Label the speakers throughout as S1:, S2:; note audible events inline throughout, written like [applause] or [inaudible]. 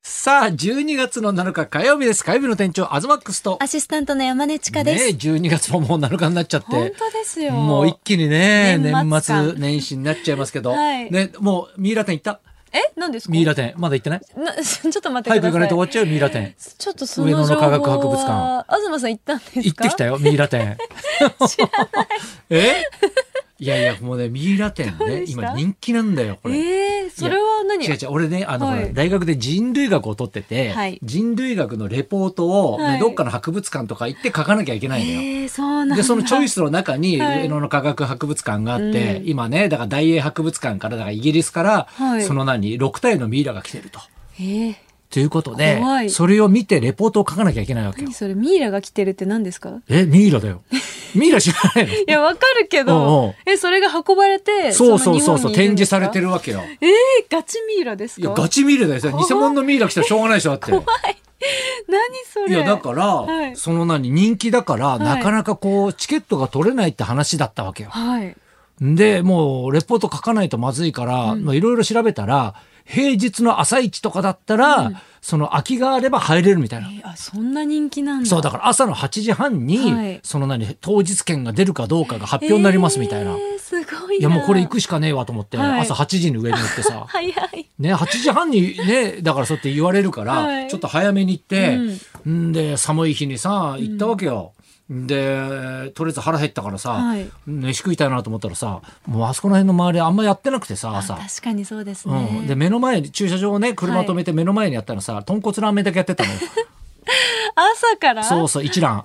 S1: さあ、12月の7日火曜日です。火曜日の店長、アズマックスと。
S2: アシスタントの山根千佳です。
S1: ねえ、12月ももう7日になっちゃって。
S2: 本当ですよ。
S1: もう一気にね、年
S2: 年末感
S1: 末年始になっちゃいますけど。
S2: はい
S1: ね、もう、ミイラ店行った
S2: え、何ですか。
S1: ミイラ店。まだ行ってない
S2: な [laughs] ちょっと待っ
S1: 早く行か
S2: てくだ
S1: な
S2: さ
S1: いと
S2: い。
S1: 終わっちゃうよ、ミイラ店。
S2: ちょっとその情報は
S1: 上野の科学博物館。
S2: 東さん行ったんですか。
S1: 行ってきた
S2: よ。
S1: よ、ミイラ
S2: [laughs]
S1: 店。 [laughs] えいやいや、もうね、ミイラ店
S2: どう
S1: ね、
S2: でした
S1: 今人気なんだよ、これ。
S2: えー、それは何。
S1: 違う違う俺ねあの、
S2: はい
S1: ほら大学で人類学を取ってて、
S2: はい
S1: 人類学のレポートを、ね
S2: はい
S1: どっかの博物館とか行って書かなきゃいけないのよ。
S2: えー、そうなんだ。
S1: でそのチョイスの中に
S2: はい
S1: 上野の科学博物館があって、
S2: うん
S1: 今ねだから大英博物館からだからイギリスから、
S2: はい
S1: その何6体のミイラが来てると。
S2: えー、
S1: ということで
S2: 怖い
S1: それを見てレポートを書かなきゃいけないわけよ
S2: 何。それミイラが来てるって何で
S1: [laughs]
S2: すか。
S1: えミイラだ
S2: [laughs]
S1: よ。ミイラ知らないの
S2: いや、わかるけ
S1: おうおう
S2: ど。え、それが運ばれて。
S1: そうそうそうそう展示されて
S2: る。
S1: るわけよ。
S2: えー、ガチミイラです
S1: いや
S2: か。
S1: ガチミイラだよ。それ
S2: 怖い
S1: 偽物のミイラ来たらしょうがないでしょだって。
S2: 何それ。
S1: いやだから、
S2: はい
S1: その何人気だから、
S2: い
S1: なかなかこうチケットが取れないって話だったわけよ。
S2: はい。
S1: でもうレポート書かないとまずいから
S2: うん
S1: まあいろいろ調べたら平日の朝一とかだったら、
S2: うん
S1: その空きがあれば入れるみたい
S2: え
S1: な。
S2: ー、あ、そんな人気なんだ。
S1: そうだから朝の8時半に、
S2: はい
S1: その何当日券が出るかどうかが発表になりますみたいな。
S2: えー、すごいな。
S1: いやもうこれ行くしかねえわと思って、
S2: はい
S1: 朝8時に上に行ってさ。
S2: 早い。
S1: ね、8時半にね、だからそうやって言われるから、
S2: はい
S1: ちょっと早めに行って、、
S2: うん
S1: で、寒い日にさ、行ったわけよ。で、とりあえず腹減ったからさ、
S2: はい
S1: 飯食いたいなと思ったらさ、もうあそこら辺の周りあんまやってなくてさ、
S2: あ
S1: 朝。
S2: 確かにそうです
S1: う
S2: ね。
S1: ん、で目の前に駐車場をね車止めて目の前にやったらさ、豚骨ラーメンだけやってた
S2: [laughs]
S1: のよ
S2: 朝から
S1: そうそう一覧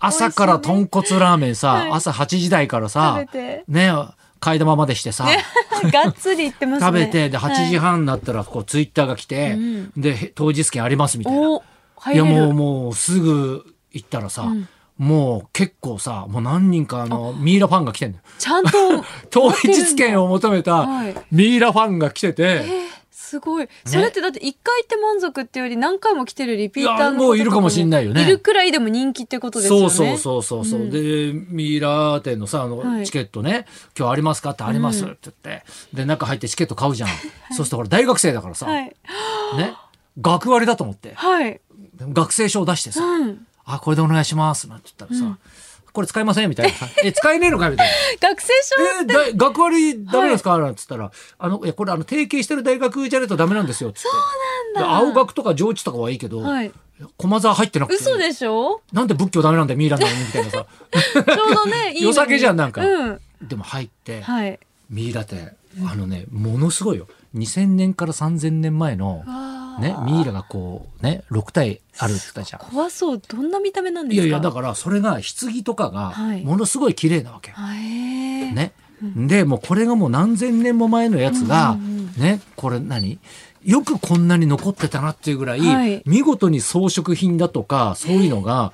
S1: 朝から豚骨ラーメンさ、
S2: はい
S1: 朝8時台からさ
S2: 食べて
S1: ね替え玉までしてさ、
S2: [laughs] がっつり行ってますね。
S1: 食べてで
S2: はい
S1: 8時半になったらこうツイッターが来て、
S2: うん
S1: でへ当日券ありますみたいな。
S2: お入
S1: い
S2: れ
S1: や
S2: る
S1: もうもうすぐ行ったらさ、
S2: うん
S1: もう結構さもう何人かあのミイラファンが来てんだよ。
S2: ちゃんと
S1: [laughs] 当日券
S2: を。
S1: を求めた
S2: はい。
S1: ミイラファンが来てて。
S2: すごい。それってだって一回行って満足っていうより何回も来てるリピーターの
S1: いやもういるかもしんないよね
S2: いるくらいでも人気ってことですよ
S1: そ
S2: ね。
S1: うそうそうそうそう、
S2: うん
S1: でミイラ店のさあ
S2: は
S1: の
S2: い
S1: チケットね、今日ありますかってありますって言って、で中入ってチケット買うじゃん、そうするとほら大学生だからさ、
S2: はい。
S1: ね学割だと思って
S2: はい。
S1: 学生証出してさ、
S2: うん。
S1: あ、これでお願いします。なんて言ったらさ、
S2: うん
S1: これ使いませんみたいなさ。 [laughs] え、使えねえのかみたいな。
S2: [laughs] 学生証
S1: え、だ学割ダメなんですか、なんて言ったら、あの、いや、これあの、提携してる大学じゃないとダメなんですよ。つって
S2: そうなんだ
S1: で青学とか上智とかはいいけど、
S2: はい。
S1: 駒沢入ってなくて。
S2: 嘘でしょ
S1: なんで仏教ダメなんだよ、ミイラなのに、みたいなさ。
S2: ちょうどね、
S1: [laughs]
S2: いいのに
S1: 良さげじゃんなんか
S2: うん。
S1: [laughs] でも入って、
S2: はい。
S1: ミイラ店、あのね、ものすごいよ。2000年から3000年前の、ね、ミイラがこう、ね、6体あるって言ったじゃん。
S2: 怖そう。どんな見た目なんで
S1: い
S2: す
S1: や
S2: か
S1: いや、だからそれが、棺とかが
S2: は、い
S1: ものすごい綺麗なわけ。
S2: あへー
S1: ね。で、もうこれがもう何千年も前のやつが、
S2: うんうん
S1: ね、これ何よくこんなに残ってたなっていうぐらい、
S2: はい
S1: 見事に装飾品だとか、そういうのが、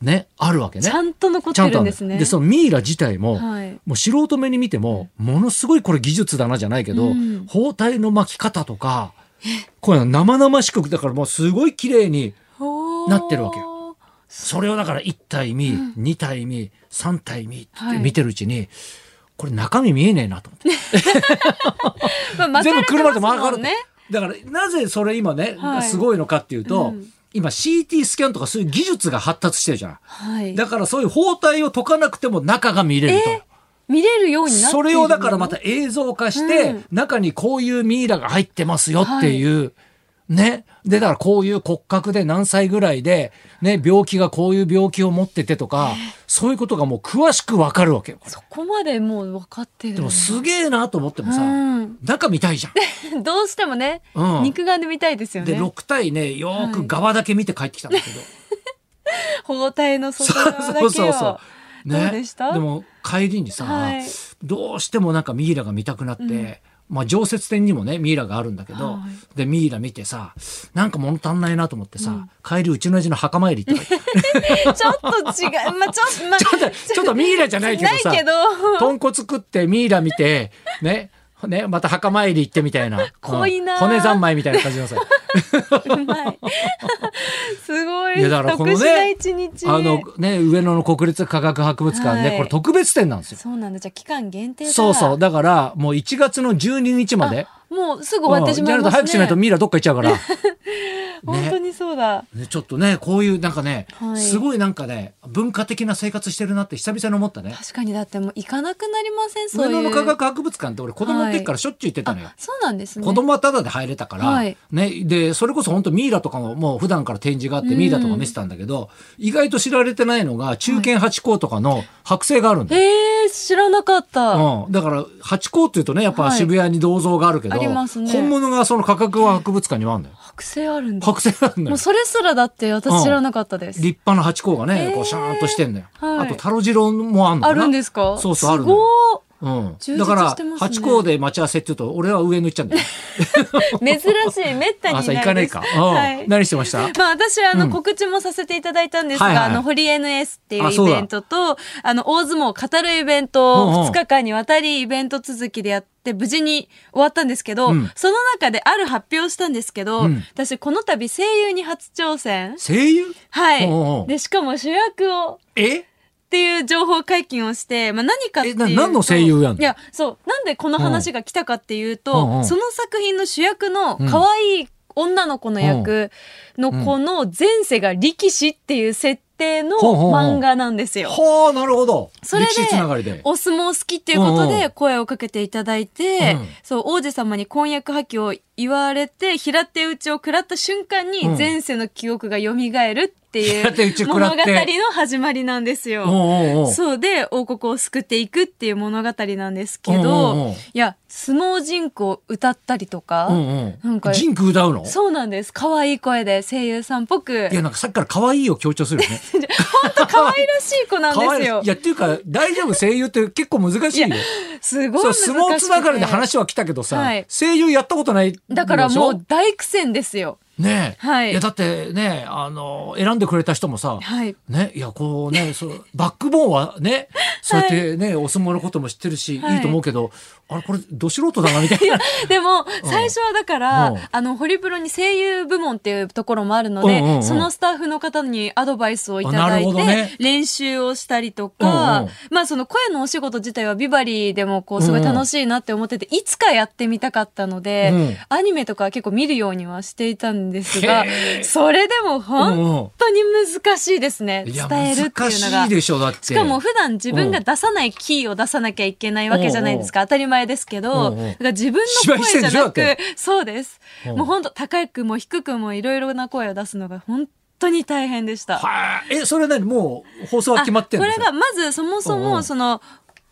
S1: ね、あるわけね。
S2: ちゃんと残っ
S1: ちゃ
S2: て
S1: んと
S2: る
S1: あ
S2: ん
S1: る
S2: ですね。
S1: で、そのミイラ自体も、
S2: はい。
S1: もう素人目に見ても、ものすごいこれ技術だなじゃないけど、
S2: うん
S1: 包帯の巻き方とか、こういうの生々しく、だからもうすごい綺麗に、なってるわけ
S2: よ。
S1: それをだから1体見、
S2: うん
S1: 2体見、3体見っ
S2: は
S1: て
S2: い
S1: 見てるうちに、これ中身見えねえなと思って。
S2: まあ、
S1: 全部車で回かれ
S2: 巻かれてますもん
S1: て
S2: ね。
S1: だからなぜそれ今ね、
S2: はい
S1: すごいのかっていうと、
S2: うん
S1: 今 CT スキャンとかそういう技術が発達してるじゃん。
S2: はい。
S1: だからそういう包帯を解かなくても中が見れると。
S2: 見れるようになっている
S1: それをだからまた映像化して、
S2: うん
S1: 中にこういうミイラが入ってますよっていう、ね。で、だからこういう骨格で何歳ぐらいで、ね、病気がこういう病気を持っててとか、そういうことがもう詳しくわかるわけよ。
S2: そこまでもう分かってる。
S1: でもすげえなと思ってもさ、
S2: うん、
S1: 中見たいじゃん。
S2: [laughs] どうしてもね、 [laughs]
S1: うん
S2: 肉眼で見たいですよ
S1: で、
S2: ね。
S1: 6体ね、よー
S2: は
S1: く
S2: い
S1: 側だけ見て帰ってきたんだけど。
S2: 包帯の外側だけ
S1: そ
S2: を。
S1: うそうそう。
S2: どうでした
S1: も帰りにさ、
S2: はい
S1: どうしてもなんかミイラが見たくなって、
S2: うん
S1: まあ常設店にもねミイラがあるんだけど、
S2: は
S1: でミイラ見てさなんか物足んないなと思ってさ、
S2: うん
S1: 帰りうちの親父の墓参り行って
S2: [laughs] ちょっと違う。まあ、ちょっと、まあ、
S1: ちょっとちょっとミイラじゃないけどさ
S2: ないけど、
S1: 豚骨食ってミイラ見てねねまた墓参り行ってみたいな
S2: 濃いな
S1: うん骨三昧みたいな感じの
S2: [laughs]
S1: さ
S2: うま
S1: [laughs]
S2: い。すごい。
S1: いやだからこのね
S2: 特殊な一日。
S1: あのね上野の国立科学博物館ね、
S2: はい
S1: これ特別展なんですよ。
S2: そうなんだ。じゃあ期間限定だ
S1: そうそう。だからもう1月の12日まで
S2: もうすぐ終わってしま
S1: うんじゃ
S2: いますね。
S1: ないと早くしないとミイラどっか行っちゃうから。
S2: 本当にそうだ。
S1: ね、ちょっとね、こういうなんかね、
S2: はい
S1: すごいなんかね、文化的な生活してるなって久々に思ったね。
S2: 確かにだってもう行かなくなりませんそう
S1: 上
S2: いう。
S1: 野の科学博物館って俺子供の時からしょっちゅう行ってたのよ
S2: あ。そうなんですね。
S1: 子供はタダで入れたから、
S2: はい
S1: ね、でそれこそ本当ミイラとかももう普段から展示があってミイラとか見せたんだけど、意外と知られてないのが中堅八高とかの剥製があるんだよ、
S2: へえ知らなかった。
S1: うん、だから八高っていうとねやっぱ
S2: はい
S1: 渋谷に銅像があるけど、
S2: ありますね
S1: 本物がその価格は博物館にもあるんだよ
S2: 剥製あるんだ。
S1: 剥製があるんだ
S2: も
S1: よ
S2: うそれすらだって私知らなかったです。
S1: 立派な八高がね、
S2: へー
S1: こうシャーンとしてんだよ、
S2: はい
S1: あと太郎次郎もあんのか
S2: あ
S1: な
S2: るんですか。
S1: そうそうあるの
S2: すご
S1: う
S2: 充
S1: ん、
S2: 実
S1: だ
S2: して
S1: から
S2: ますね
S1: 八高で待ち合わせっていうと俺は上に行っちゃうんだよ
S2: [laughs] ー珍
S1: [laughs]
S2: しいめったにいない
S1: 朝
S2: です。
S1: 行かないか、うん
S2: はい。
S1: 何してました
S2: まあ私はあ
S1: うん
S2: の告知もさせていただいたんですが、
S1: はいはい
S2: あの堀 NS っていう
S1: あ
S2: イ
S1: そうだ
S2: ベントとあの大相撲を語るイベント
S1: うんう
S2: を
S1: ん
S2: 2日間にわたりイベント続きでやって無事に終わったんですけど、
S1: うん
S2: その中である発表をしたんですけど、
S1: うん
S2: 私この度声優に初挑戦
S1: 声優
S2: はい、
S1: おうおう
S2: でしかも主役を
S1: え
S2: っていう情報解禁をして、まあ、何かっていうと
S1: えな何の声優やんの
S2: いやそうなんでこの話が来たかっていうと、
S1: うんうんうん
S2: その作品の主役の可愛い女の子の役の子の前世が力士っていう設定の
S1: ほうほうほう
S2: 漫画なんですよ。
S1: はあなるほど
S2: それで
S1: 歴史つながりで
S2: お相撲好きっていうこ
S1: う
S2: と
S1: んう
S2: で
S1: ん
S2: 声をかけていただいて、
S1: うん
S2: そう王子様に婚約破棄を言われて平手打ちを食らった瞬間に
S1: うん
S2: 前世の記憶が蘇るってい
S1: 平手打ち
S2: う
S1: 食
S2: 物
S1: らっ
S2: 語
S1: て
S2: の始まりなんですよ。
S1: おうおうおう
S2: そうで王国を救っていくっていう物語なんですけ
S1: うんうんうん
S2: ど、いや、相撲人口を歌ったりと
S1: う
S2: か、
S1: んうん
S2: なんか
S1: ジンク歌うの
S2: そうなんです。可愛い声で声優さんっぽく
S1: い、やなんかさっきから可愛いを強調するよね
S2: 可愛らしい子なん
S1: 可
S2: で
S1: 愛
S2: す
S1: い
S2: よ
S1: い。やっていうか大丈夫声優って結構難しいよ
S2: いやすご
S1: そう
S2: い難しくて。
S1: 相撲つながりで話は来たけどさ、
S2: はい
S1: 声優やったことないでしょ
S2: だからもう大苦戦ですよ。
S1: ねえ、
S2: はい
S1: やだってねあの選んでくれた人もさ、
S2: はい。
S1: ね、いやこうねそうバックボーンは
S2: [laughs]
S1: ねそうやってね、お相撲のことも知ってるし、
S2: はい
S1: い、いと思うけどあれこれど素人だなみたいな。
S2: [laughs] でも、最初はだから、
S1: うん
S2: あの、ホリプロに声優部門っていうところもあるので、
S1: うんうんうん
S2: そのスタッフの方にアドバイスをいた
S1: あな
S2: だ
S1: る
S2: い
S1: ほ
S2: て、
S1: どね
S2: 練習をしたりとか、
S1: うんうん
S2: まあその声のお仕事自体はビバリーでもこうすごい楽しいなって思ってて、いつかやってみたかったので、
S1: うん
S2: アニメとかは結構見るようにはしていたんですが
S1: へー、
S2: それでも
S1: う
S2: 本
S1: んうん
S2: 当に難しいですね。
S1: い
S2: 伝
S1: や
S2: えるっていうの
S1: 難し
S2: が
S1: い。でしょだって
S2: しかも普段自分が出さないキーを出さなきゃいけないわけじゃないですか。当たり前ですけ
S1: う
S2: ど。
S1: んうん
S2: だから自分の
S1: 芝居して
S2: 声
S1: んで
S2: じゃ
S1: しょ
S2: な
S1: だっ
S2: く、そうです。
S1: うん
S2: もう本当高くも低くもいろいろな声を出すのが本当に大変でした。
S1: はいえそれ何もう放送は
S2: あ
S1: 決まってる
S2: こ
S1: んで
S2: れ
S1: す
S2: がまずそもそ
S1: うんう
S2: も
S1: ん
S2: その、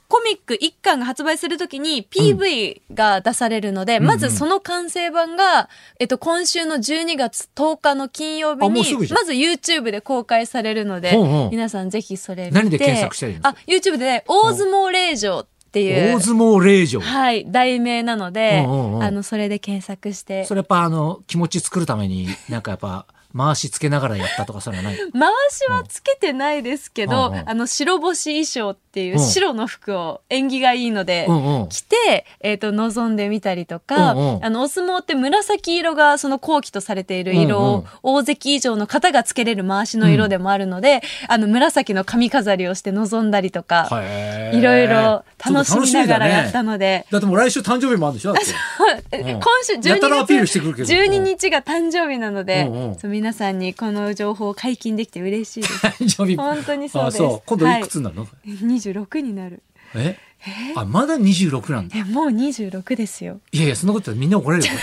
S2: コミック1巻が発売するときに PV が出されるので、
S1: うん
S2: まずその完成版が、えっと、今週の12月10日の金曜日
S1: あもう
S2: に
S1: すぐじゃん
S2: まず YouTube で公開されるので、
S1: うんうん
S2: 皆さんぜひそれ見て
S1: 何で検索したらいいの
S2: あ YouTube で「大相撲令嬢」っていう
S1: 大相撲令嬢
S2: はい題名なので、
S1: うんうんうん
S2: あのそれで検索して
S1: それやっぱあの気持ち作るためになんかやっぱ回しつけながらやったとかそういう
S2: [laughs]
S1: のはない
S2: 回しはつけてないですけど、
S1: うんうんうん
S2: あの白星衣装っていう
S1: うん
S2: 白の服を縁起がいいので。
S1: うんうん
S2: 着て、えっ、と、望んでみたりとか、
S1: うんうん
S2: あの、お相撲って紫色がその後期とされている色を、
S1: うんうん
S2: 大関以上の方がつけれる回しの色でもあるので、あの、紫の髪飾りをして望んだりとか、
S1: へー
S2: いろいろ楽
S1: ちょっと
S2: しみながらやった
S1: みだね
S2: ので、
S1: だってもう来週誕生日もあるんでしょだって
S2: え
S1: うん
S2: 今週12
S1: やたらアピールして
S2: 月
S1: くるけど
S2: 12日が誕生日なので、
S1: うんうん
S2: そう皆さんにこの情報を解禁できて嬉し
S1: [laughs]
S2: いです。
S1: 誕生日
S2: 本当にそうです
S1: あそう今度いくつになるの、
S2: 26になる。
S1: えあまだ26なんだ
S2: え、もう26ですよ。
S1: いやいやそんなこと言ったらみんな怒られるよ、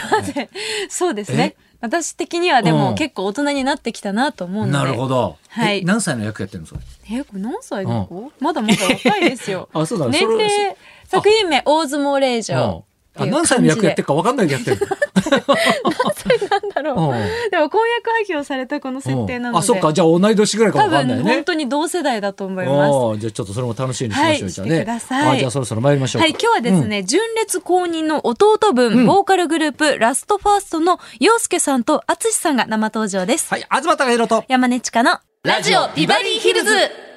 S2: そうですね。私的にはで
S1: うん
S2: も結構大人になってきたなと思うので。
S1: なるほど、
S2: はい
S1: え何歳の役やってるのそれ。
S2: え、これ何歳の子、まだまだ若いですよ
S1: [laughs] あそうだ
S2: 年
S1: それ
S2: 齢、作品名、大相撲令嬢。
S1: うんあ何歳の役やってる
S2: る
S1: か分かんないでやって [laughs] る
S2: なんだろう。
S1: う
S2: でも婚約破棄をされたこの設定なので。
S1: あそっかじゃあ同い年ぐらいか
S2: 多
S1: 分かんない
S2: 分
S1: ね
S2: 本当に同世代だと思います。
S1: おーじゃあちょっとそれも楽しみにしましょう、
S2: はい
S1: じゃあ
S2: し
S1: ね
S2: てください
S1: あじゃあそろそろ参りましょうか
S2: はい、今日はですね、純烈公認の弟分、
S1: うん
S2: ボーカルグループ、ラストファーストの洋介さんと淳さんが生登場です。
S1: はい東隆弘と
S2: 山根千佳の、
S1: ラジオビバリーヒルズ